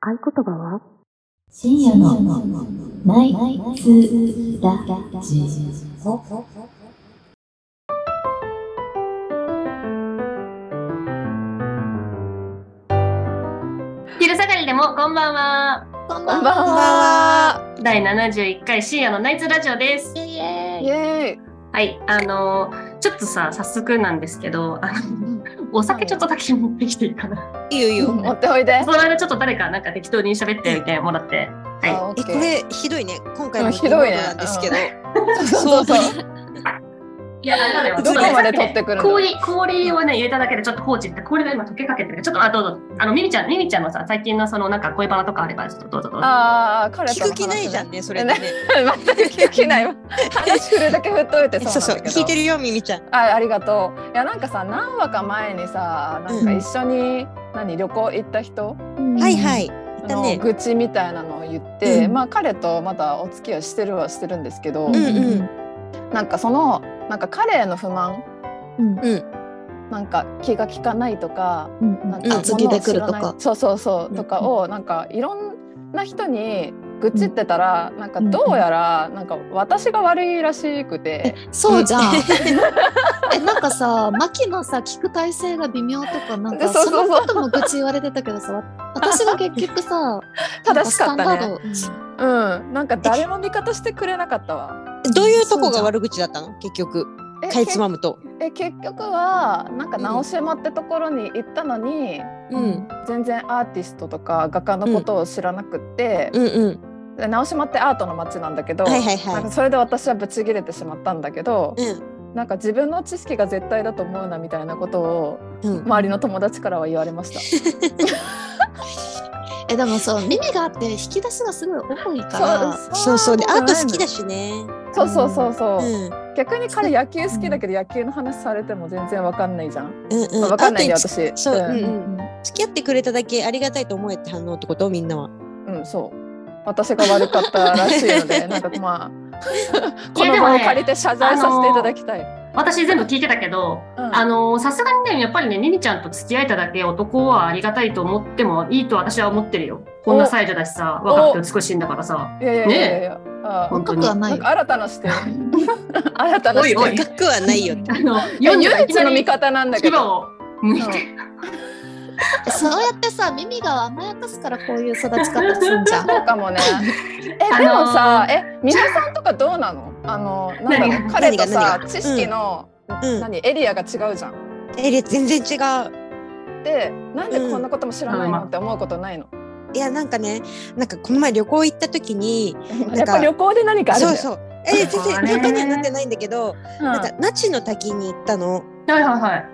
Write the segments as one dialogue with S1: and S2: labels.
S1: 合言葉は
S2: 深夜のナイツラジオ。
S3: 昼下がりでもこんばんは
S4: こんばんは。
S3: 第71回深夜のナイツラジオです
S1: イ
S4: イエーイ。
S1: エーイ
S3: はいあのーちょっとさ早速なんですけどあのお酒ちょっとだけ持ってきていいかな
S4: いいよいいよ。
S1: 持っておいで。
S3: その間ちょっと誰かなんか適当に喋ってみてもらっては
S1: あオッ
S4: え
S1: ケ
S4: こ
S1: ー
S4: れひどいね。今回
S1: う
S4: の
S1: んひどいね
S4: なんですけど。
S1: そうそうそう
S3: いいやだよ
S1: どこまで取ってくるの
S3: 氷氷をね入れただけでちょっと放置って氷が今溶けかけてるちょっとあどうぞあのミミちゃんミミちゃんのさ最近のそのなんか恋バナとかあればちょっとどうぞどうぞ
S1: ああ、彼と
S4: 聞
S1: の話
S4: く気ないじゃん。ねそれ
S1: ね
S4: ね。
S1: 全く聞く気ないわ。話振るだけ振っといて
S4: そうそう聞いて
S1: る。
S4: るよミミちゃん。
S1: あ、ありがとう。いやなんかさ、何話か前にさ、なんか
S4: うん
S1: 一緒に何旅行行った人
S4: はいはい。だ
S1: の
S4: ね。
S1: 愚痴みたいなのを言って、
S4: うん
S1: まあ彼とまだお付き合いしてるはしてるんですけど、
S4: うんうん
S1: なんかそのなんか彼への不満、
S5: うん
S4: うん
S1: なんか気が利かないとか、なんか
S4: うん
S1: 物を
S5: 次で来るとか
S1: 知らないそうそうそう、
S5: うん
S1: とかをなんかいろんな人に愚痴ってたら、なんかどうやらなんか私が悪いらしくて、
S5: そうじゃん。 え、なんかさ、牧野さ、聞く体勢が微妙とか、なんか、
S1: そう
S5: そ
S1: そうそう
S5: のことも愚痴言われてたけどさ、私が結局さ、
S1: 正しかったね
S5: なんかスタンダード。
S1: うん、なんか誰も味方してくれなかったわ。
S4: どういうとこが悪口だったの結局
S1: え
S4: かいつまむと。
S1: けえ結局はなんか直島ってところに行ったのに、
S4: うん
S1: 全然アーティストとか画家のことを知らなくって、
S4: うんうん。
S1: で直島ってアートの街なんだけど、
S4: はいはい
S1: なんか
S4: は
S1: それで私はブチ切れてしまったんだけど
S4: い。、うん
S1: なんか自分の知識が絶対だと思うなみたいなことを
S4: うん。
S1: 周りの友達からは言われました。
S5: え、でもそう、耳があって、引き出しがすごい多い から。
S4: そうそうでアート好きだ
S1: し。
S4: しね。
S1: そうそうそうそうう。
S4: ん
S1: 逆に彼野球好きだけど野球の話されても全然わかんないじゃん。
S4: うんうん。
S1: わかんないんだよ
S4: アートに
S1: 私。
S4: そううん
S1: ん
S4: うん。付き合ってくれただけありがたいと思えって反応ってことみんなは。
S1: うんそう。私が悪かったらしいのでなんかまあこ
S3: いや
S1: の
S3: でも
S1: 場を
S3: ね
S1: 借りて謝罪させていただきたい。
S3: 私全部聞いてたけど
S1: うん
S3: あのさすがにねやっぱりねミミちゃんと付き合えただけ男はありがたいと思ってもいいと私は思ってるよこんなサイズだしさ
S1: お
S3: 若くて美しいんだからさ
S1: いやいやいやいや。あ
S3: 本当
S5: 若くは
S3: にあ
S5: な
S1: ないんか。新たな視点。新たな
S3: お
S1: 視
S3: いお
S1: 点
S3: い。
S4: 高くはないよ。
S3: の
S1: いや唯
S3: 40い
S1: 一
S3: きな
S1: の味
S3: り
S1: 方なんだけ
S3: 牙
S1: ど。
S3: を向いて
S5: そうやってさ、耳が甘やかすから、こういう育ち方すんじゃん。
S1: そうかもね。え、
S3: あのー
S1: でもさ、え、皆さんとかどうなの？あの、なんだろう、
S3: 何
S1: 彼とさ
S4: 何が何、が
S1: 知識の、
S4: うん。
S1: 何エリアが違うじゃん。
S4: えれ全然違う。
S1: で、なんでこんなことも知らない
S3: うん
S1: のって思うことないの？
S4: いやなんかねなんかこの前旅行行った時に
S1: やっぱ旅行で何かあるんだ
S4: そう
S1: よ。
S4: そうえー全
S3: そう
S4: 然
S3: ね
S4: 旅行にはなってないんだけど
S1: うん
S4: なんか那智の滝に行ったの。
S3: はいはいはい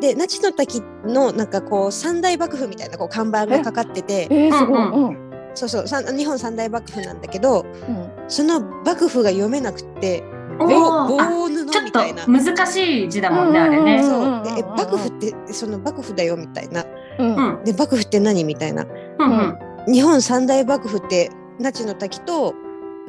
S4: で那智の滝のなんかこう三大幕府みたいなこう看板がかかってて
S1: えー、すごい。
S3: うん
S1: うん。
S4: そうそうさん日本三大幕府なんだけど
S1: うん
S4: その幕府が読めなくって
S3: お
S4: 棒
S3: ーあ
S4: 棒
S3: ち
S4: 布
S3: ょっ
S4: みたいな
S3: と。難しい字だもんねあれ
S1: うん
S3: ね
S4: そうでえ
S1: うん
S4: 幕府ってその幕府だよみたいな
S1: う
S3: う
S1: んうん
S3: ん
S4: で幕府って何みたいな
S3: うんう
S1: うんん
S4: 日本三大幕府って那智の滝と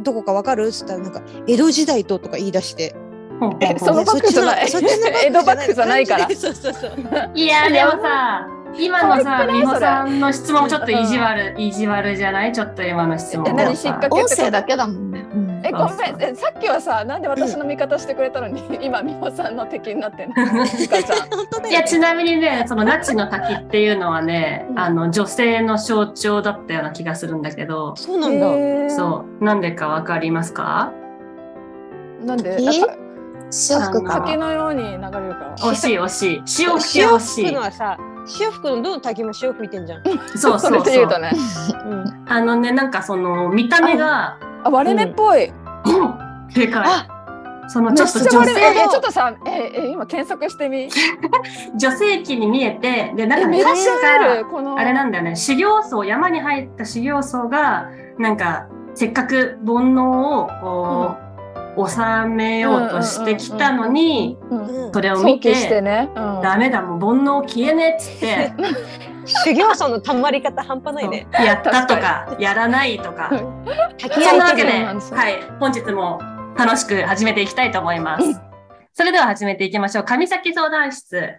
S4: どこかわかるっつったらなんか江戸時代ととか言い出して
S3: ほうほうほう
S1: えそのバッグじゃない
S4: そっちの
S1: 江戸バッグじゃないから
S4: そうそうそう。
S3: いやでもさ今のさ
S1: 可愛くない
S3: 美穂さんの質問もちょっと意地悪、意地悪じゃないちょっと今の質問
S1: え何
S3: も
S1: 引っ
S3: さ
S1: 掛け
S5: 音
S1: ってこ
S5: 声
S1: と
S5: だけだもんね。うん
S1: え、ごめん、え、さっきはさ、なんで私の味方してくれたのに、今美穂さんの敵になってんの。ミカちゃん。
S4: 本当だよ。
S3: いやちなみにねその那智の滝っていうのはね、
S1: うん
S3: あの女性の象徴だったような気がするんだけど、
S4: そうなんだ。
S1: えー
S3: そうなんでかわかりますか
S1: なんで
S5: え
S1: あ
S5: 潮吹くか
S3: あ
S1: 滝
S5: ら。
S1: のように流れるから。
S3: 惜しい惜しい潮吹き
S4: 潮
S3: 惜
S4: 吹
S3: し
S4: くのはさ、潮吹くのどの滝も潮吹いてんじゃん。
S3: いそう
S1: そ
S3: そ
S1: れ
S3: うそ
S1: で言
S3: う
S1: うとね。
S4: うん。
S3: あのねなんかその見た目が
S1: あ、割れ目っぽい。
S3: うんでかいそのちょっと
S1: めっち
S3: 女
S1: ゃ割れ目
S3: 性
S1: えちょ
S3: の
S1: っとさ、え、え、今検索してみ。
S3: 女性器に見えてでなんか
S1: め
S3: ね
S1: っち
S3: 確
S1: ゃあ
S3: か
S1: る。この。
S3: あれなんだよね修行僧山に入った修行僧がなんかせっかく煩悩をこう収めようとしてきたのに
S1: うん。
S3: それを
S1: 想
S3: 見
S1: 起して
S3: て
S1: ね。うん。
S3: ダメだもう煩悩消えねえっつって
S4: 修行僧のたまり方半端ないね。
S3: やったとかやらないとか
S4: 滝
S3: そんなわけで、
S1: そうなんですよ
S3: はい、本日も楽しく始めていきたいと思います。それでは始めていきましょう。上崎相談室。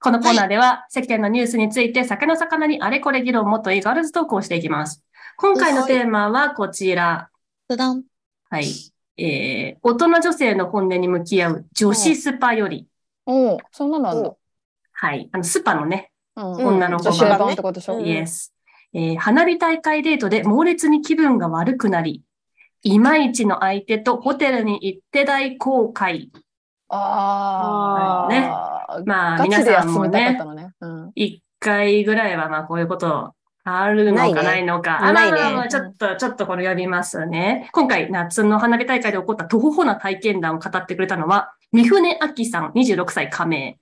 S3: このコーナーでは、世間のニュースについて、酒の魚にあれこれ議論もっといいガールズトークをしていきます。今回のテーマはこちら。
S5: 普段
S3: はい。えー、大人女性の本音に向き合う女子スパより。
S1: おお、そんなのあんだ。
S3: はい。あの、スパのね、
S1: うん
S4: うん
S3: 女の子
S1: 女
S3: が
S1: 子版ってことでしょ
S4: うん
S3: イエス。えー花火大会デートで猛烈に気分が悪くなり、いまいちの相手とホテルに行って大後悔。
S1: ああ、
S3: まあ、
S1: ガ
S3: 皆
S1: チで
S3: さんも
S1: 休みたかっ
S3: ね
S1: た、のね。うん
S3: 一回ぐらいはまあこういうことあるのか
S4: な
S3: ない
S4: い
S3: のか。
S4: ないね
S3: あまあまあまあちょっと、ちょっとこれ呼びますね。今回、夏の花火大会で起こった徒歩な体験談を語ってくれたのは、三船明さん、26歳加盟。
S1: うん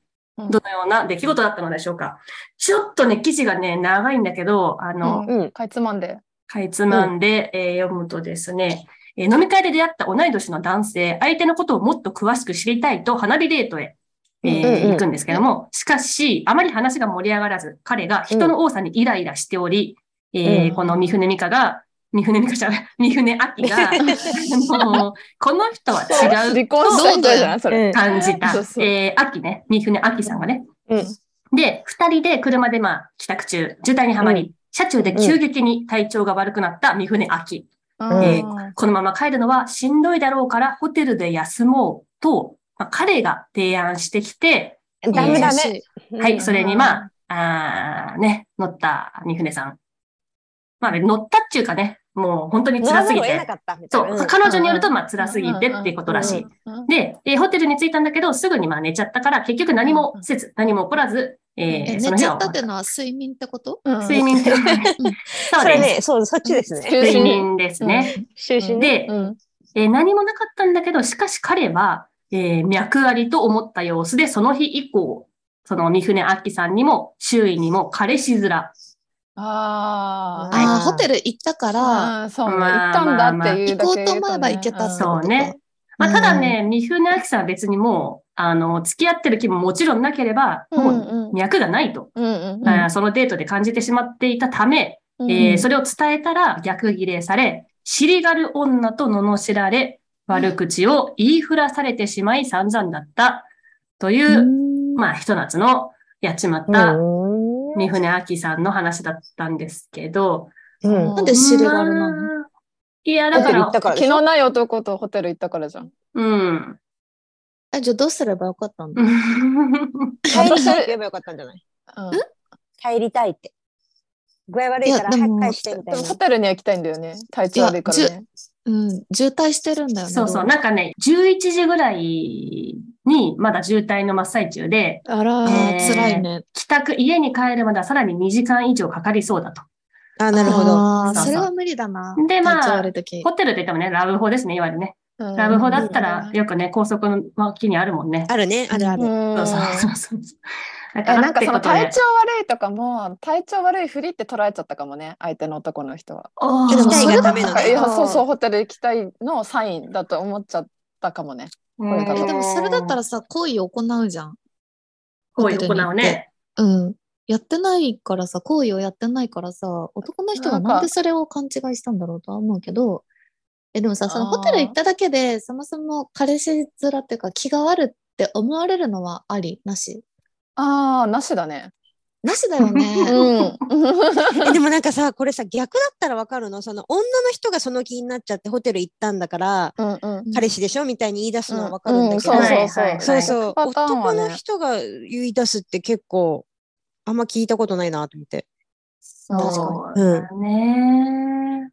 S3: どのような出来事だったのでしょうか。ちょっとね、記事がね、長いんだけど、あの、
S1: うん
S4: うん。
S1: かいつまんで。
S3: かいつまんで、えー読むとですね、えー飲み会で出会った同い年の男性、相手のことをもっと詳しく知りたいと花火デートへ、えー
S4: うんうん
S3: 行くんですけども、しかし、あまり話が盛り上がらず、彼が人の多さにイライラしており、えー
S1: うん
S3: この三船美香が、三船美香じゃない、 三船明が、あのこの人は違う
S1: 離婚した人じゃないそれ。
S4: うん
S3: 感じた。
S1: そうそう
S3: えー、秋ね、三船秋さんがね。
S4: うん
S3: で、二人で車でまあ、帰宅中、渋滞にはまり、
S4: う
S3: 車中で急激に体調が悪くなった三船秋。
S1: うん
S3: えこのまま帰るのはしんどいだろうから、ホテルで休もうと、まあ、彼が提案してきて、
S4: ダメだ
S5: 優
S4: ね
S5: し。
S3: は
S4: うん
S3: い、それにまあ、あーね、乗った三船さん。まあ、ね、乗ったっていうかね、もう本当に
S4: 乗
S3: 辛
S4: らざ
S3: す
S4: る
S3: ぎ
S4: を得
S3: て
S4: な。かったみた
S3: そ
S4: いな。
S3: う、
S4: ん
S3: 彼女によると、まあ、辛すぎてっていうことらしい。
S1: うん
S3: で、えーホテルに着いたんだけど、すぐにまあ寝ちゃったから、結局何もせず、何も起こらず、えー
S5: え
S3: そ
S5: 寝
S3: の
S5: ち
S3: 日
S5: ゃ
S3: は
S5: ったって
S3: 終
S5: のは睡眠ってこと
S1: うん
S3: わった睡眠って。そう
S4: それ
S3: で
S4: ね、そう、そっちです
S1: うん中
S4: ね。
S3: す。睡
S1: 心
S3: 眠ですね。
S4: 就寝ね。
S3: で、
S1: うん
S3: えー何もなかったんだけど、しかし彼は、えー脈ありと思った様子で、その日以降、その三船明さんにも、周囲にも、彼氏面。
S1: あー
S5: ああ、ホテル
S1: ル。
S5: 行ったから、
S1: うんそうね。
S3: ま
S1: 行
S3: あ
S1: ったんだってい
S5: 行
S1: うだ
S5: こ
S1: け
S5: うと思えば行けたってこと
S3: そうね。まあ、ただね、三船明さんは別にもう、あの、付き合ってる気ももちろんなければ、
S1: うん
S3: もう
S1: うん
S3: 脈がないと、
S1: うんうん
S5: ん
S3: あーそのデートで感じてしまっていたため、
S1: うん
S3: えーそれを伝えたら逆ギレされ、尻がる女と罵られ、悪口を言いふらされてしまい散々だったという、まあ、ひと夏のやっちまっ
S4: う
S3: た
S4: ん
S3: 三船明さんの話だったんですけど。
S4: うん
S5: なんで尻があるなの
S3: まあいや、だ
S4: ホ
S3: か
S4: テル行
S3: ら
S4: った、からで
S1: 気
S4: しょ
S1: のない男とホテル行ったからじゃん。
S3: うん。
S5: え、じゃあどうすればよかったんだ
S4: 帰りたいって言えばよかったんじゃない
S1: うん
S4: 帰りたいって。具合悪いから
S5: いやで
S4: 早
S5: も
S4: く帰してみた
S1: で
S4: い
S1: も
S4: な
S1: ホ。テルには行きたいんだよね。体調悪いから
S5: いや
S1: ね。
S5: うん、渋滞してるんだよね。
S3: そうそう。なんかね、11時ぐらいに、まだ渋滞の真っ最中で、
S5: あらー、
S3: えー
S5: 辛いね。
S3: 帰宅、家に帰るまではさらに2時間以上かかじゅうかかりそうだと。
S4: あ、
S5: な
S4: なるほど。
S3: そうそう
S5: それは無理だな。
S3: でまあ
S5: 体調悪い時
S3: ホテルって言ってもね、ラブホですね、いわゆるね。
S1: うん
S3: ラブホだったら、よくね、高速の脇にあるもんね。
S4: あるね、あるあ
S1: う
S4: る。
S1: ん
S3: そうそうそうそう。だ
S1: え
S3: から
S1: なんかその
S3: ってことで
S1: 体調悪いとかも体調悪いふりって捉えちゃったかもね相手の男の人は。
S3: あー
S5: えでも
S4: 期
S5: そ
S4: 待
S5: れは
S4: がダメ
S1: な
S4: なんの
S1: かい
S4: ね
S1: やそうそうホテル行きたいのサインだと思っちゃったかもね。
S3: うん
S1: え
S5: えでもそれだったらさ、行為を行うじゃん。
S3: こういう行うね。
S5: うん。やってないからさ、行為をやってないからさ、男の人は
S1: なんか
S5: なんでそれを勘違いしたんだろうとは思うけど、え、でもさ、その
S1: あー
S5: ホテル行っただけで、そもそも彼氏面っていうか気があるって思われるのはあり、なし。
S1: ああなしだね。
S5: なしだよ
S1: う
S5: ね。
S1: ん。
S4: えでもなんかさ、これさ、逆だったらわかるのその女の人がその気になっちゃってホテル行ったんだから、
S1: うんうん。
S4: 彼氏でしょみたいに言い出すのはわかるん
S1: う
S4: だ
S1: ん
S4: けど、
S1: そうそう
S3: は
S1: そ
S3: いは
S1: う。
S3: い
S4: そうそう、
S1: パターンは
S4: 男
S1: ね
S4: の人が言い出すって結構、あんま聞いたことないなと思って。
S3: そう
S4: に
S3: だね。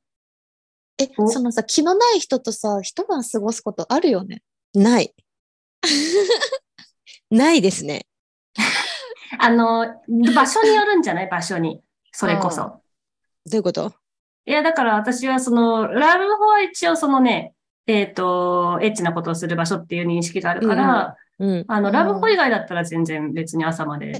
S5: え、
S3: お
S5: そのさ、気のない人とさ、一晩過ごすことあるよね。
S4: ない。ないですね。
S3: あの、場所によるんじゃない場所に。それこ
S1: う
S3: そ。
S4: どういうこと
S3: いや、だから私はその、ラブホは一応そのね、えっと、エッチなことをする場所っていう認識があるから、
S4: うん。
S3: あの、
S1: うん
S3: ラブホ以外だったら全然別に朝まで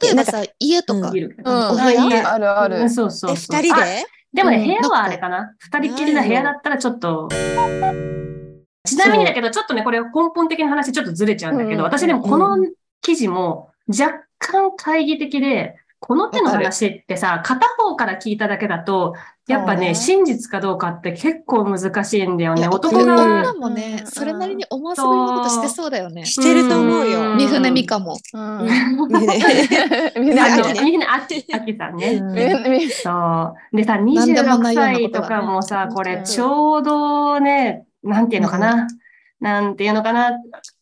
S5: 例えばさ、家とか、
S3: いるけど。
S1: うん
S5: お部屋
S3: いい
S1: あるあ
S3: うん
S1: る。
S3: そうそう
S4: え、
S3: そう。
S4: 二人
S3: あ
S4: で
S3: でもね、
S5: うん
S3: 部屋はあれかな。二人っきりの部屋だったらちょっと。ちなみにだけど、ちょっとね、これ根本的な話ちょっとずれちゃうんだけど、
S1: うん
S3: 私でもこの記事も若干懐疑的で、この手の話ってさ、片方から聞いただけだと、やっぱ
S1: そうね
S3: ね、真実かどうかって結構難しいんだよ
S5: い
S3: ね。
S5: や
S3: 男
S4: うん
S3: が、
S5: 女もね、それなりに思わせぶりなことしてそうだよね。
S4: してると思うよ。
S3: うん
S5: 三船美佳も。
S1: うん。
S4: み
S1: み
S4: ん
S1: ん
S3: あ
S1: な
S4: な秋
S3: の、
S4: ね
S3: みんな、あき、あきさんね。
S1: み
S3: そう。でさ、
S5: なんでもな
S3: 26
S5: いようなこと
S3: 歳と
S5: がね
S3: かもさ、こ
S1: う
S3: れ
S1: ん
S3: ちょうどね、なんていうのかな。なんていうのかな。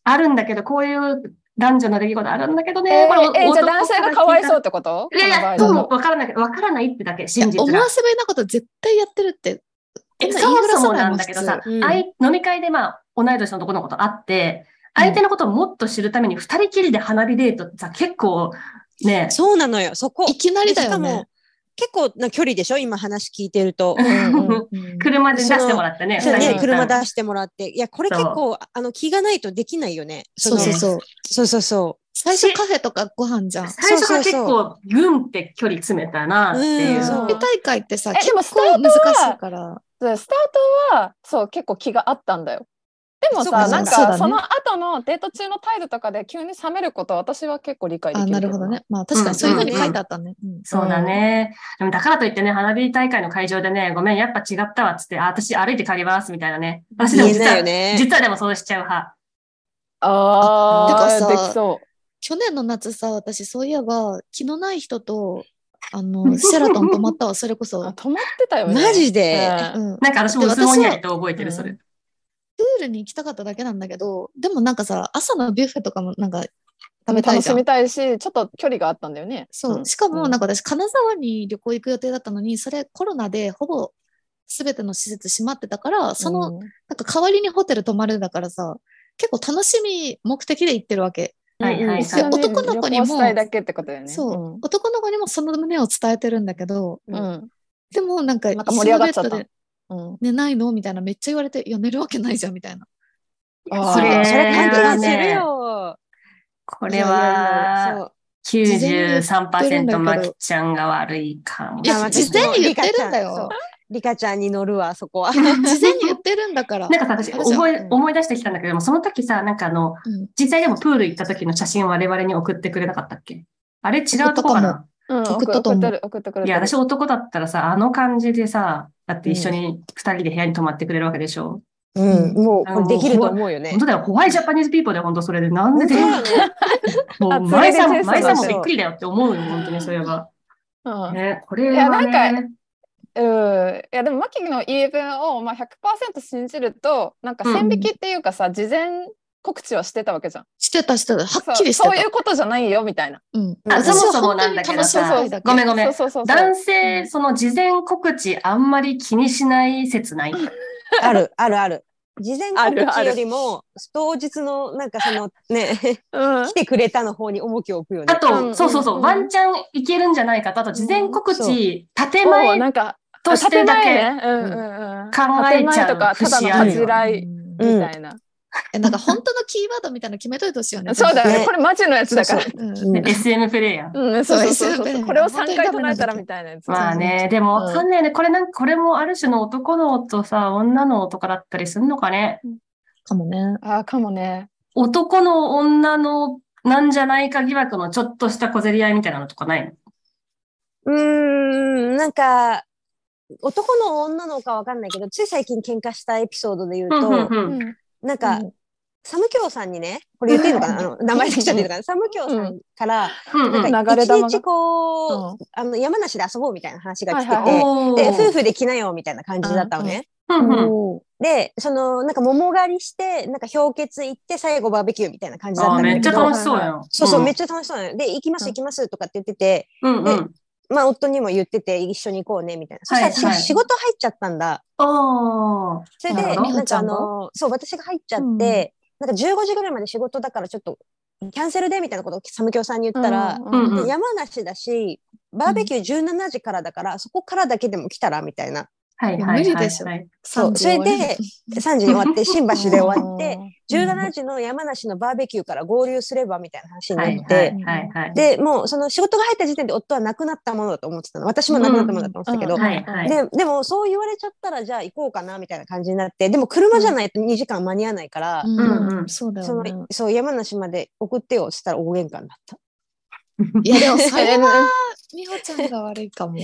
S3: あるんだけど、こういう男女の出来事あるんだけどね。
S1: え
S3: これ
S1: ーえーじゃあ男性がかわいそう
S3: う。
S1: ってこと
S3: いやいや、
S1: こ
S3: そう
S1: の
S3: も
S1: 場合だ
S3: わ
S1: と
S3: からないけど、わからないってだけ、
S5: いや
S3: 真実
S5: 思
S3: が
S5: わ。せぶりなこと絶対やってるって。こん
S3: え
S5: な
S3: そ
S5: 言い
S3: も
S5: ふら
S3: そ
S5: さ
S3: も
S5: ない
S3: な
S5: も
S3: ん
S5: ん
S3: だけどさ、
S4: うん
S3: あい飲み会でまあ、同い年の男の子と会って、相手のことをもっと知るために二人きりで花火デートってさ、結構ね、
S4: そうなのよ、そこ。
S5: いきなりだよ
S4: でしか
S5: ね
S4: も。、結構な距離でしょ今話聞いてると。
S1: うんうん
S5: うん
S3: 車で出してもらってね、
S4: そう
S3: 二人
S4: ね
S3: で、
S4: 車出してもらって。いや、これ
S3: そう
S4: 結構、あの、気がないとできないよね。
S5: そうそうそう。
S4: そうそうそ
S5: 最初カフェとかご飯じゃん。
S3: 最初から
S4: そう
S3: 結
S4: そう
S3: 構、ぐんって距離詰めたなっていうう。
S1: ん
S4: そ
S5: 花火大会ってさ、
S1: えで
S5: 結
S1: も
S5: 構難しいから。
S1: でスタートはそう結構気があったんだよ。でも
S5: そうか
S1: さ
S5: そうか
S1: なん
S5: そうだね
S1: かその後のデート中の態度とかで急に冷めることは私は結構理解でき
S5: あ、
S1: る
S5: な
S1: け
S5: る
S1: ど
S5: ほど
S1: な
S5: ね。まあ確かにそういうふうに書いてあったね。うん
S3: そうだね。でもだからといってね、花火大会の会場でね、ごめん、やっぱ違ったわっつって、あ、私歩いて帰りますみたいなね。私
S4: う。
S3: でも
S4: 言え
S3: 実
S4: ないよ
S3: は、
S4: ね。
S3: 実はでもそうしちゃう派。
S1: あー
S5: てかさ
S1: できそ
S5: 去年の夏さ、私そういえば、気のない人と、あの、シェラトン泊まったわ、それこ
S1: う。あ
S5: そ。
S1: 止まってたよね。
S4: マジ
S1: うん
S4: で。
S5: うん。
S3: なんか私もうつぼにありと覚えてる、それ。
S5: プールに行きたかっただけなんだけど、でもなんかさ、朝のビュッフェとかもなんか食べたい
S1: 楽
S5: じゃ
S1: し
S5: ん
S1: み。たいしちょっと距離があったんだよね。
S5: そう。
S1: ん
S5: しかも、なんか私、金沢に旅行行く予定だったのに、それコロナでほぼ全ての施設閉まってたから、その、
S1: うん
S5: なんか代わりにホテル泊まるだからさ、結構楽しみ目的で行ってるわけ。
S3: はいはいはい
S1: 一緒に
S5: 男の子にも
S1: 旅行したいだけってことだよね。
S5: そう。男の子にもその胸を伝えてるんだけど、
S1: うん。うん。
S5: でもなんか、
S1: なんか盛り上がっちゃ
S5: 一緒
S1: った
S5: のベッドで
S1: うん。
S5: 寝ないのみたいな、めっちゃ言われて、いや、寝るわけないじゃん、みたいな。
S1: あー
S4: それ、それ
S3: ね
S4: 関係するよ。
S3: こ
S4: こ
S3: れは、93%マキちゃんが悪いかも
S5: い
S3: しれ
S5: や
S3: ない。
S5: 事前に言ってるんだよ。
S4: そうリカちゃんに乗るわ、そこは。
S5: 事前に言ってるんだから。
S3: なんかさ、私
S5: あれじゃん
S3: 思い、
S5: うん
S3: 思い出してきたんだけども、その時さ、なんかあの、
S5: うん
S3: 実際でもプール行った時の写真を我々に送ってくれなかったっけあれ違うと
S5: 送
S3: こか
S5: った
S3: な
S1: うん
S5: 送ったと思う
S1: 送ってる送ってくれてる
S3: いや、私男だったらさ、あの感じでさ、だって一緒に二人で部屋に泊まってくれるわけでしょ、
S4: うん、もう、これできると思うよ
S3: 本
S4: ね。
S3: 当だよ、ホワイジャパニーズピーポーで本当それで、なんで
S4: 本当だ
S3: もう
S1: あ
S3: 前さ
S1: それ
S3: ん、
S1: で
S3: 前さんも
S4: そう
S3: び
S4: そ
S3: っ
S4: う
S3: くりだよって思うよ、本当にそれは。
S1: うん。
S3: ね、これ
S1: いや
S3: は
S1: な
S3: ね、
S1: うん、いやでもマキの言い分をまあ100%信じるとなんか線引きっていうかさ、事前告知はしてたわけじゃん。
S5: してた、してた。はっきりして
S1: そう
S5: た。
S1: そういうことじゃないよみたいな。
S5: うん。
S3: あ
S5: 私は
S3: そもそもなんだけどさ
S5: 本当に楽しみたいだけ
S3: ごめんごめん
S1: そうそうそうそう
S3: 男性、その事前告知あんまり気にしない説ない。
S4: ある、ある、ある。事前
S1: ある
S4: 告
S1: あ
S4: 知
S1: る
S4: よりも、当日の、なんかその、ね、
S1: うん
S4: 来てくれたの方に重きを置くよね
S3: あ。と、
S1: うんうん
S3: そうそうそう、
S1: うん
S3: ワンチャンいけるんじゃないかと、あと事前告
S4: うんそう
S3: 知、建
S1: もう
S3: 前
S1: なんか
S3: としてだけ、
S1: 建前ねうんうんう
S3: 考え
S1: ん、
S3: ちゃう
S1: 建前とかただの恥じらい
S5: うん
S1: みたいな、
S5: えなんか本当のキーワードみたいなの決めといてほしいよね。
S1: そうだよね
S4: ね
S1: これマジのやつだから。
S5: うん
S4: うん
S3: SM プレイヤー。
S1: うん、そうそうそ
S5: そ
S1: う
S5: う
S1: そう
S5: SM
S1: これを3回唱えたらみたいなやつ。
S3: まあね、でも、わかんないね。これなんか、これもある種の男のとさ、女の男だったりすんのかね。
S5: かもね。
S1: ああかもね。
S3: 男の女のなんじゃないか疑惑のちょっとした小競り合いみたいなのとかないの
S4: うーん、なんか、男の女の子かわかんないけど、つい最近喧嘩したエピソードで言うと、
S1: う
S3: うん
S1: ん
S4: なんか、
S5: うん
S4: サムキョウさんにね、これ言っていいのかなあの、名前出しちゃっていいのかなサムキョウさんから、
S3: うんうん
S4: なん
S1: 流
S4: か、
S1: れ
S4: 一
S1: 弾が
S4: 日こう、
S1: うん
S4: あの、山梨で遊ぼうみたいな話が来てて、
S1: はいはい
S3: おー
S4: で、夫婦で来なよみたいな感じだったのね。
S3: うんうん
S5: おー
S4: で、その、なんか桃狩りして、なんか氷結行って、最後バーベキューみたいな感じだった
S3: あ
S4: ん
S3: ー
S4: だ
S3: めっ
S4: け
S3: ちゃ
S4: ど、
S3: 楽しそうやん。
S4: そうそう、めっ
S3: ち
S4: ちゃ楽しそうなのよで、行きます行きますとかって言ってて、
S3: ゃ。うんうん。
S4: まあ、夫にも言ってて、一緒に行こうね、みたいな。そしたらし、
S3: はいはい
S4: 仕事入っちゃったんだ。
S3: あ
S4: それで、
S3: なるほ
S5: ど
S4: なんかあの、そう、私が入っちゃって、なんか15時ぐらいまで仕事だからちょっと、キャンセルで、みたいなことをサムキョウさんに言ったら、
S1: うんうん
S3: うん
S4: 山梨だし、バーベキュー17時からだから、そこからだけでも来たら、みたいな。
S3: あ。はい
S5: いや
S3: はい
S5: 無理
S3: はい
S5: でしょ
S3: はい。
S4: そう。
S5: 3時
S4: それ
S5: 終わり
S4: で、3時に終わって、新橋で終わって、
S5: うん
S4: 17時の山梨のバーベキューから合流すれば、みたいな話にな
S3: は
S4: っ
S3: い
S4: て、
S3: はいはいはい。
S4: で、もうその仕事が入った時点で夫は亡くなったものだと思ってたの。私も亡くなったものだと思ってたけど、
S1: うん
S3: はいはい。
S4: ででもそう言われちゃったらじゃあ行こうかなみたいな感じになってでも車じゃないと2時間間に合わないから、
S5: うん
S3: うんうん
S5: そうだ
S4: そ
S5: よね。
S4: のそう山梨まで送ってよっつったら大喧嘩になった。
S5: いやでもそれは美穂ちゃんが悪いかも。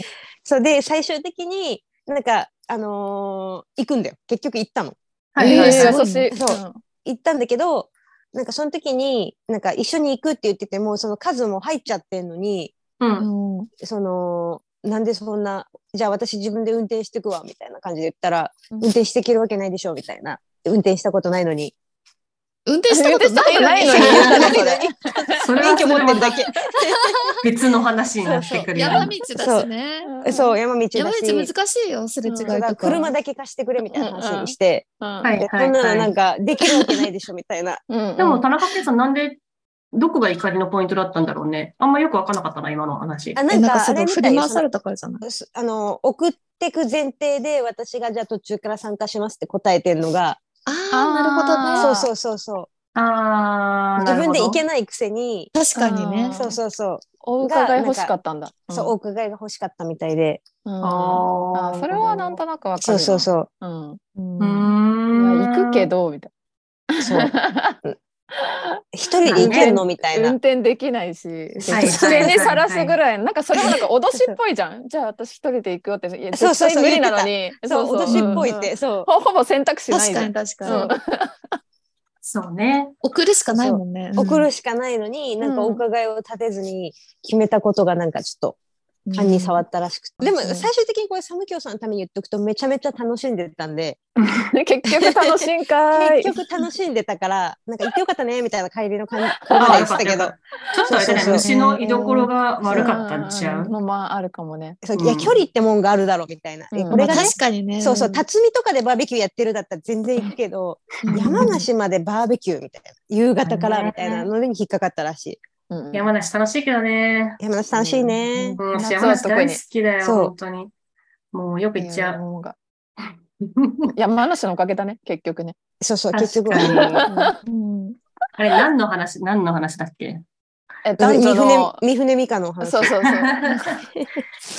S4: そうで最終的になんかあのー行くんだよ結局行ったの
S3: はいはいは
S1: えー
S3: い。
S5: すごい
S1: 優しい。
S4: そう行ったんだけどなんかその時になんか一緒に行くって言っててもうその数も入っちゃってんのに
S3: う。
S5: うんん、うん
S4: そのなんでそんなじゃあ私自分で運転してくわみたいな感じで言ったら、
S1: うん
S4: 運転してきるわけないでしょみたいな運転したことないのに
S5: 運転したことないのに
S1: 運転し。
S4: たことないのに
S3: それ
S4: 免
S3: は
S4: 許
S3: そ
S4: 持
S3: れ
S4: ってるだけ
S3: 別の話になってくるよ
S5: 山
S3: ね。
S5: 道だしね。
S1: うん
S4: そう山道
S5: 山
S4: だし
S5: 道難しいよ、すれ違いと
S4: そうだから
S5: か。
S4: 車だけ貸してくれみたいな話にして、
S1: うん
S3: はい
S4: でそんなのなんかできるわけないでしょみたいな
S1: うん
S3: でも、田中圭さん、なんで、どこが怒りのポイントだったんだろうね。あんまよくわかんなかったな、今の話。
S4: あ
S5: え
S4: なん
S5: なんか
S4: かあ
S5: す
S4: れ
S5: ごい
S4: み
S5: 振
S4: たい
S5: り
S4: よ
S5: 回
S4: そ
S5: さ
S4: の
S5: れたからじゃない。
S4: すあの送ってく前提で私がじゃあ途中から参加しますって答えてんのが
S5: あ
S1: あー
S5: あ、なるほど
S1: あ
S5: ね。
S4: そうそうそうそ
S3: あ
S4: う
S3: ー、な
S4: 自
S3: る
S4: 分
S3: ほど
S4: で行けないくせに
S5: 確かに
S1: う
S5: ね
S1: ん。
S4: そうそうそう
S1: お伺い欲しかったんだ。
S4: そうお伺いが欲しかったみたいで
S1: うん。あ
S3: あ
S1: ー
S3: ー
S1: それはなんとなくわかる
S4: そう
S1: な。
S4: そうそう
S1: うん。
S5: うん
S3: うー
S1: い
S3: ん。
S1: や行くけ。どみたい
S4: そう
S1: な。
S4: 一人で行けんのみたい
S1: 運
S4: な。
S1: 転できないし、
S3: はい
S1: 失礼にさらすぐらい、なんかそれもなんか脅しっぽいじゃん。じゃあ私一人で行くよって、いや
S4: そ
S1: 絶
S4: うそう
S1: 対
S4: そう
S1: 無理なのに、
S4: そう、脅しっぽいっ
S1: うんうん
S4: て、そう。
S1: ほほぼ選択肢ない
S5: 確
S1: じゃ
S5: か
S1: ん
S5: に。確か
S1: う
S5: に
S1: ん。
S3: そうね。
S5: 送るしかないもんね。
S4: 送るしかないのに、なんかお伺いを立てずに決めたことがなんかちょ
S5: う
S4: っ
S5: ん
S4: と勘に触ったらしくて。
S5: うん
S4: でも
S5: うん
S4: 最終的にこれ、サムキョウさんのために言っとくとめちゃめちゃ楽しんでたんで、
S1: 結局楽しいんかい。
S4: 結局楽しんでた から、なんか行ってよかったね、みたいな帰りの感じ
S3: あ
S4: ま
S3: ーよ
S4: で言っ
S3: か
S4: て
S3: ったた
S4: け
S3: よかっ、
S4: ど
S3: たちょっとあれだね、
S4: そうそう
S5: そう
S3: 虫の居所が悪かったんちゃ
S1: ん
S3: う
S1: のまああるかもね。
S4: そういや、
S3: うん
S4: 距離ってもんがあるだろ、みたいな。
S1: うん
S4: えこ
S5: ま
S4: れ
S5: あ
S4: がね、
S5: 確かにね。
S4: そうそう、辰巳とかでバーベキューやってるだったら全然行くけど、
S5: うん
S4: 山梨までバーベキューみたいな、夕方からみたいなのに引っかかったらしい。
S1: うん
S3: 山梨楽しいけどね。
S4: 山梨楽しいね。
S3: うん、
S1: 夏
S3: 私
S1: は
S3: 山梨
S1: 特
S3: 大
S1: に
S3: 好きだよ、
S4: そう
S3: 本当に。もうよく行っちゃう。
S1: う。山梨のおかげだね、結局ね。
S4: そうそう、
S3: 確
S4: 結局
S3: か に
S4: は。
S5: うん
S3: あれ、何の話、何の話だっけ
S1: え
S4: うん
S1: 男
S4: 三
S1: 女
S4: 船
S1: の、。
S4: 三船美香のお話。
S1: そうそうそう。考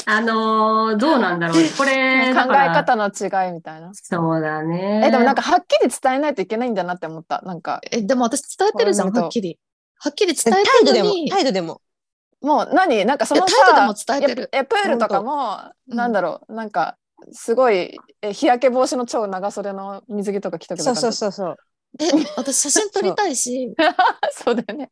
S3: あのーどうなんだろうね。これ、
S1: え
S3: だから
S1: 方の違いみたいな。
S3: そうだね。
S1: え、でもなんかはっきり伝えないといけないんだなって思った。なんか、
S5: え、でも私伝えてるじゃん、
S1: これ
S5: はっきり。はっきり伝
S4: 態
S5: え
S4: 度
S5: て
S4: で
S5: るの
S4: も
S5: に、、
S4: 態度でも。
S1: もう何なんかそ
S5: いや
S1: の
S5: 態度でも
S1: さ、
S5: 伝えてる。
S1: え、プールとかも、
S5: 当
S1: なんだろう、なんか、すごい、え、日焼け防止の超長袖の水着とか着とけば
S4: そ
S1: よ
S4: う
S1: かった
S4: そうそうそう。
S5: え、私写真撮りたいし。
S1: そうだよね。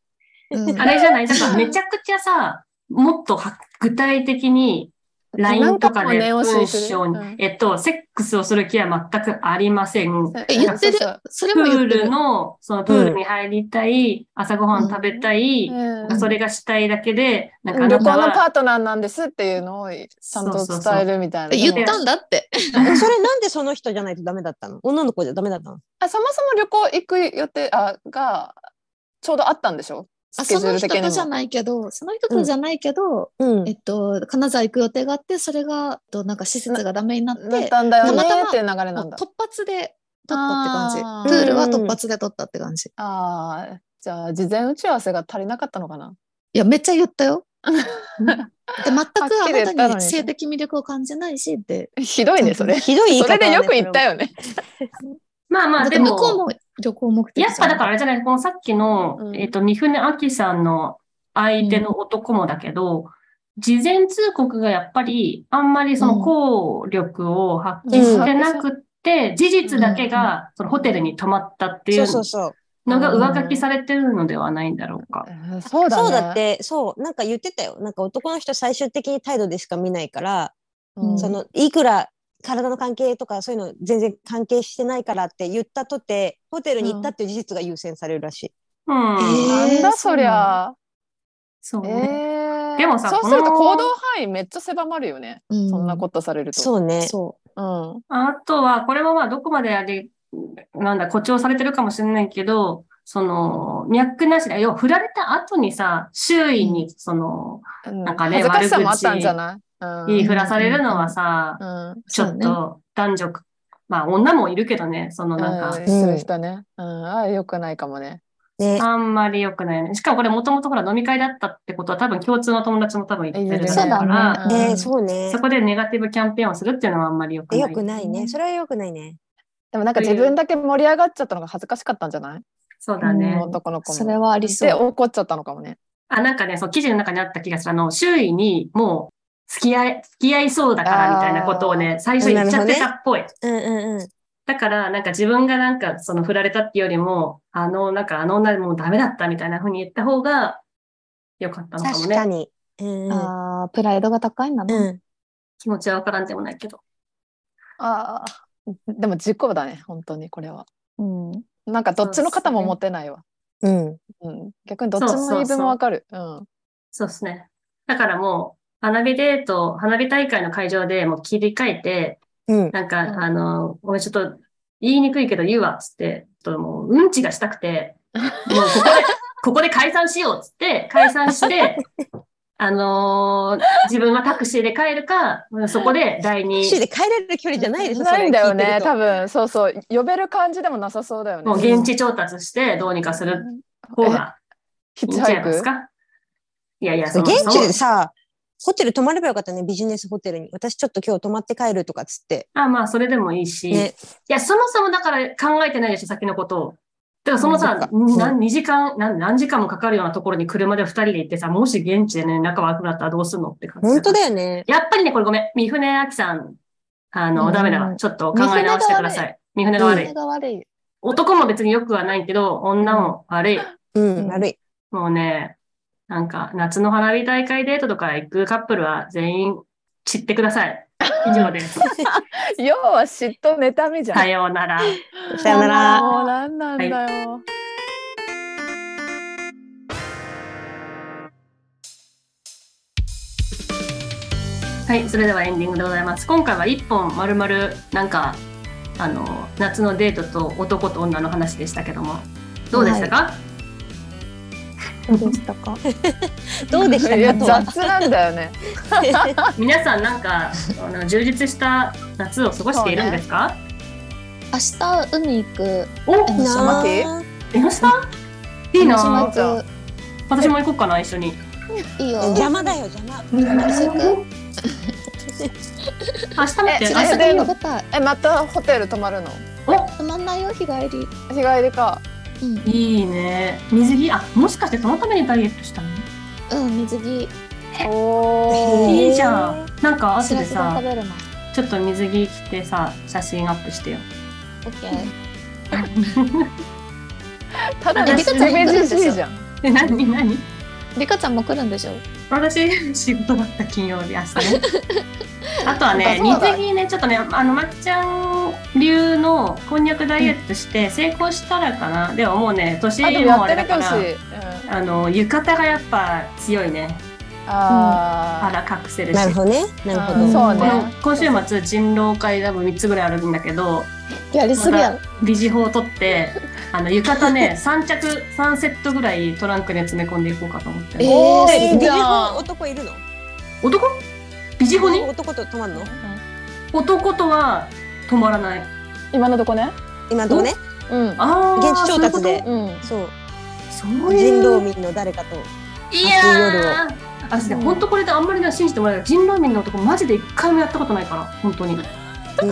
S5: うん
S3: あれじゃない、なんかめちゃくちゃさ、もっとは具体的に、LINE とかで
S1: なんかもう念
S3: 文
S1: 押しする
S3: 章に、
S1: うん
S3: えっと、セックスをする気は全くありません。プ
S5: え言ってる
S1: そう
S5: それも言
S3: ー
S5: ってる
S3: ル。の、そのプールに入りたい、朝ごはん食べたい、
S1: そううん
S3: それがしたいだけで、なんかあ
S1: 旅
S3: な
S1: 行
S3: た
S1: のパ
S3: は、
S1: ートナーなんですっていうのをちゃんと伝えるみたいな。
S5: え言ったんだって。
S4: えそれなんでその人じゃないとダメだったの 女の子じゃダメだったの
S1: あそもそも旅行行く予定あがちょうどあったんでしょ
S5: あ
S1: スケ
S5: そ
S1: ジュー
S5: の
S1: ル
S5: 人
S1: 的にも
S5: とじゃないけど、その人とじゃないけど、
S4: うん
S5: え。っと、金沢行く予定があって、それが、えっとなんか施設がダメになって、
S1: なったんだよね
S5: たまたま
S1: っていう流れ
S5: も
S1: な
S5: うん
S1: だ。
S5: 突発で撮ったって
S1: あ
S5: 感
S1: ー
S5: じ。プールは突発で撮ったって感じ。
S1: ああじゃあ事前打ち合わせが足りなかったのかな。
S5: いや、めっちゃ言ったよ。 で、全くあ
S1: はっきり言ったの
S5: な
S1: に
S5: たに性的魅力を感じないしって。
S1: ひどいねそれ。
S4: ひどい言い
S1: そ
S4: 方だ
S1: れ
S4: ね、
S1: でよく言ったよね。
S3: まあま
S5: だ
S3: あ、
S5: っ
S3: で
S5: て向こう
S3: も、
S5: も旅行目的
S3: やっ
S5: じゃ
S3: ぱ
S5: ん
S3: だからあれじゃない、このさっきの、
S1: うん
S3: えっと、三船明さんの相手の男もだけど、事前通告がやっぱり、あんまりその効力を発揮してなくって、事実だけが、そのホテルに泊まったってい
S4: そううそうそう。
S3: のが上書きされてるのではないんだろうか。
S1: うんそうだね。
S4: そうだって、そう、なんか言ってたよ。なんか男の人最終的に態度でしか見ないから、
S1: うん
S4: その、いくら体の関係とかそういうの全然関係してないからって言ったとて、ホテルに行ったっていう事実が優先されるらしい。
S3: うん。
S5: えー
S1: なんだそりゃ。
S3: そう
S1: え
S3: ね。
S1: ー
S3: でもさ
S1: そうすると
S3: この
S1: 行動範囲めっちゃ狭まるよね。
S5: うん
S1: そんなことされると。
S4: そうね。
S5: そう。
S1: うん。
S3: あとは、これはまあ、どこまであれ、なんだ、誇張されてるかもしれないけど、その、脈なしで、要は振られた後にさ、周囲に、その、
S1: うん
S3: なんかね
S1: 恥ずかしさもあったんじゃない。
S3: 言い
S1: うん
S3: ふらされるのはさ、
S1: うん。
S3: ちょっ
S5: そう
S3: と男女、まあ女もいるけどね、そのなんか、
S1: うんする人ね。うん。ああ、よくないかもね。
S4: ね。
S3: あんまり良くないよね。しかもこれもともとほら飲み会だったってことは多分共通の友達も多分いってるだ
S5: そう
S3: ろう
S5: だ
S3: か
S5: ね
S3: ら、
S1: うん
S4: ねそうね
S3: そ。こでネガティブキャンペーンをするっていうのはあんまり良くない。
S4: よくないね。それはよくないね。
S1: でもなんか自分だけ盛り上がっちゃったのが恥ずかしかったんじゃない
S3: そうだね
S1: この。男の子
S5: それ
S1: も。
S5: はありそ
S1: で
S5: う。
S1: 怒っちゃったのかもね。
S3: あ、なんかね、そう、記事の中にあった気がする。あの、周囲にもう、付き合い、付き合いそうだからみたいなことをね、最初言っちゃってたっぽい。
S4: うんうんうん。
S3: だから、なんか自分がなんか、その振られたっていうよりも、あの、なんかあの女もうダメだったみたいな風に言った方が、よかったのかも
S4: 確
S3: ね
S4: か。に。うんうん。
S5: ああ、プライドが高いんだな。
S4: うん
S3: 気持ちはわからんでもないけど。
S1: ああでも事故だね本当にこれは
S5: うん。
S1: なんかどっちの肩も持てないわ
S4: うん。
S1: うん、逆にどっちの言い分もわかるうん
S3: そうですね。だからもう、花火デート、花火大会の会場でもう切り替えて、
S4: うん。
S3: なんか、
S1: うん
S3: あの、ごめん、ちょっと、言いにくいけど言うわ、つって、ちょっともう、うんちがしたく て、もうここで、ここで解散しよう、つって、解散 して、あのー自分はタクシーで帰るか、そこで第二
S4: タクシーで帰れる距離じゃないでしょ、
S1: ないんだよね
S4: 多
S1: 多分そうそう呼べる感じでもなさそうだよね
S3: もう現地調達してどうにかする方が
S1: ヒッ
S3: いい
S1: チ
S3: んじ
S1: ハ
S3: ゃな
S1: イ
S3: いです
S1: ク
S3: かいやいや、そ
S4: 分
S3: の
S4: 現地
S3: そ
S4: で
S3: う
S4: さ、ホテル泊まればよかったね、ビジネスホテルに。私ちょっと今日泊まって帰るとかっつって。
S3: あ、まあ、それでもいいし。
S4: ね
S3: いや、そもそもだから考えてないでしょ、先のことを。だからそのさ、
S4: うんそっか
S3: 何、2時間、何、何時間もかかるようなところに車で2人で行ってさ、もし現地でね、仲悪くなったらどうすんのって感じ。
S4: 本当だよね。
S3: やっぱりね、これごめん。三船明さん、あの、
S1: うん
S3: ダメだわ。ちょっと考え直してください。三船が悪い。
S5: が悪い。
S3: 男も別によくはないけど、女も悪い。
S4: うん、
S1: うん
S4: 悪い。
S3: もうね、なんか、夏の花火大会デートとか行くカップルは全員散ってください。以上 です。
S1: 要は嫉妬妬みじゃん、
S3: さようなら。
S4: さよなら。
S1: もう何なんだよ、
S3: はい、それではエンディングでございます。今回は一本まるまるなんかあの夏のデートと男と女の話でしたけども、どうでしたか？
S5: どうでしたか。
S4: どうでした
S1: い
S4: か
S1: や
S4: とは。
S1: 雑なんだよね
S3: 皆さんなんかあの充実した夏を過ごしているんですか？
S5: 明日海行く。
S3: お、
S5: 江ノ島
S1: な巻
S4: あ
S3: 江ノ島？いい
S5: 江ノ島
S3: な
S5: 行。く。
S3: 私も行こうかな一緒に。
S5: いいよ。
S4: 邪魔だよ、邪魔。
S3: 明日
S5: 一緒に行く
S3: 待って
S1: え
S5: 一
S1: 明日
S5: 緒
S1: で
S5: に
S1: も
S5: 食べたい。
S1: えまたホテル泊まるの
S5: 止まんないよ、日帰り。
S1: 日帰りか
S5: うん
S3: お、いいね。水着あもしかしてそのためにダイエットしたの？
S5: うん、水着。
S1: おー
S3: いいじゃん。なんか後で
S5: しらす丼
S3: さ
S5: 食べるの。
S3: ちょっと水着着てさ写真アップしてよ。
S5: オッケー。
S1: ただ
S3: あ
S1: の
S3: リ
S1: ジ
S3: カちゃん
S1: メジしいじゃん
S3: え何何？
S5: リカちゃんも来るんでしょ。
S3: 私 仕事だった金曜日明日 ねあとはね
S1: あそうだ
S3: 水着ねちょっとねあのまっちゃん流のこんにゃくダイエットして成功したらかな、でももうね年
S1: あでも
S3: もあ
S1: や
S3: れ
S1: って
S3: だ
S1: るか
S3: か
S1: もし
S3: ら
S1: れないうん
S3: あの浴衣がやっぱ強いね
S1: あー
S3: 腹隠せるし
S4: なるほどね。なる
S1: うん
S4: ほど。
S1: そう
S3: この
S1: ね
S3: 今週末人狼会多分3つぐらいあるんだけど
S5: やりすぎやろ。
S3: ビジ法を取 ってあの浴衣ね3着3セットぐらいトランクに詰め込んでいこうかと思ってる、
S5: え
S1: おー
S4: え
S1: いい
S4: ビ
S1: じ
S4: ジ
S1: ゃん
S4: ホ男いるの
S3: 男ビジ法に
S4: 男と泊まるの
S3: 男とは止まらない
S1: 今のとこね
S4: 今どうね
S1: うん
S3: あー
S4: 現地調達で
S1: うん
S4: そう。
S3: そういうことそういう
S4: 人狼民の誰かと。
S3: いや
S4: 熱い夜を
S3: ー私ね本当これであんまりね信じてもらえない人狼民の男マジで一回もやったことないから本当に
S4: ね、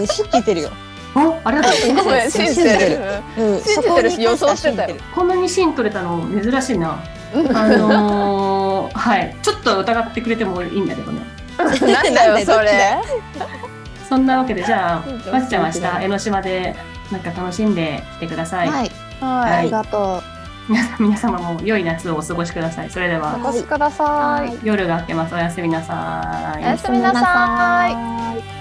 S4: 信じてるよ。
S3: あありがとう
S1: ご めん信じてる
S4: うん。
S1: 信じてるし
S4: そこに
S1: 予想してたよ
S4: 信じる
S3: こんなに芯取れたの珍しいな
S1: うん
S3: あのー、はいちょっと疑ってくれてもいいんだけどね
S1: なんだよそ
S4: なんだ
S1: れ
S3: そんなわけでじゃあ
S1: 信じてる
S3: まきちゃんは明日江ノ島でなんか楽しんできてください、
S5: はい。
S1: は
S5: あ
S1: い
S5: りがと
S3: 皆さん皆様も良い夏をお過ごしくださいそれでは
S1: お越しください
S3: 夜が明けますおやすみなさい
S1: おやすみなさい
S5: い。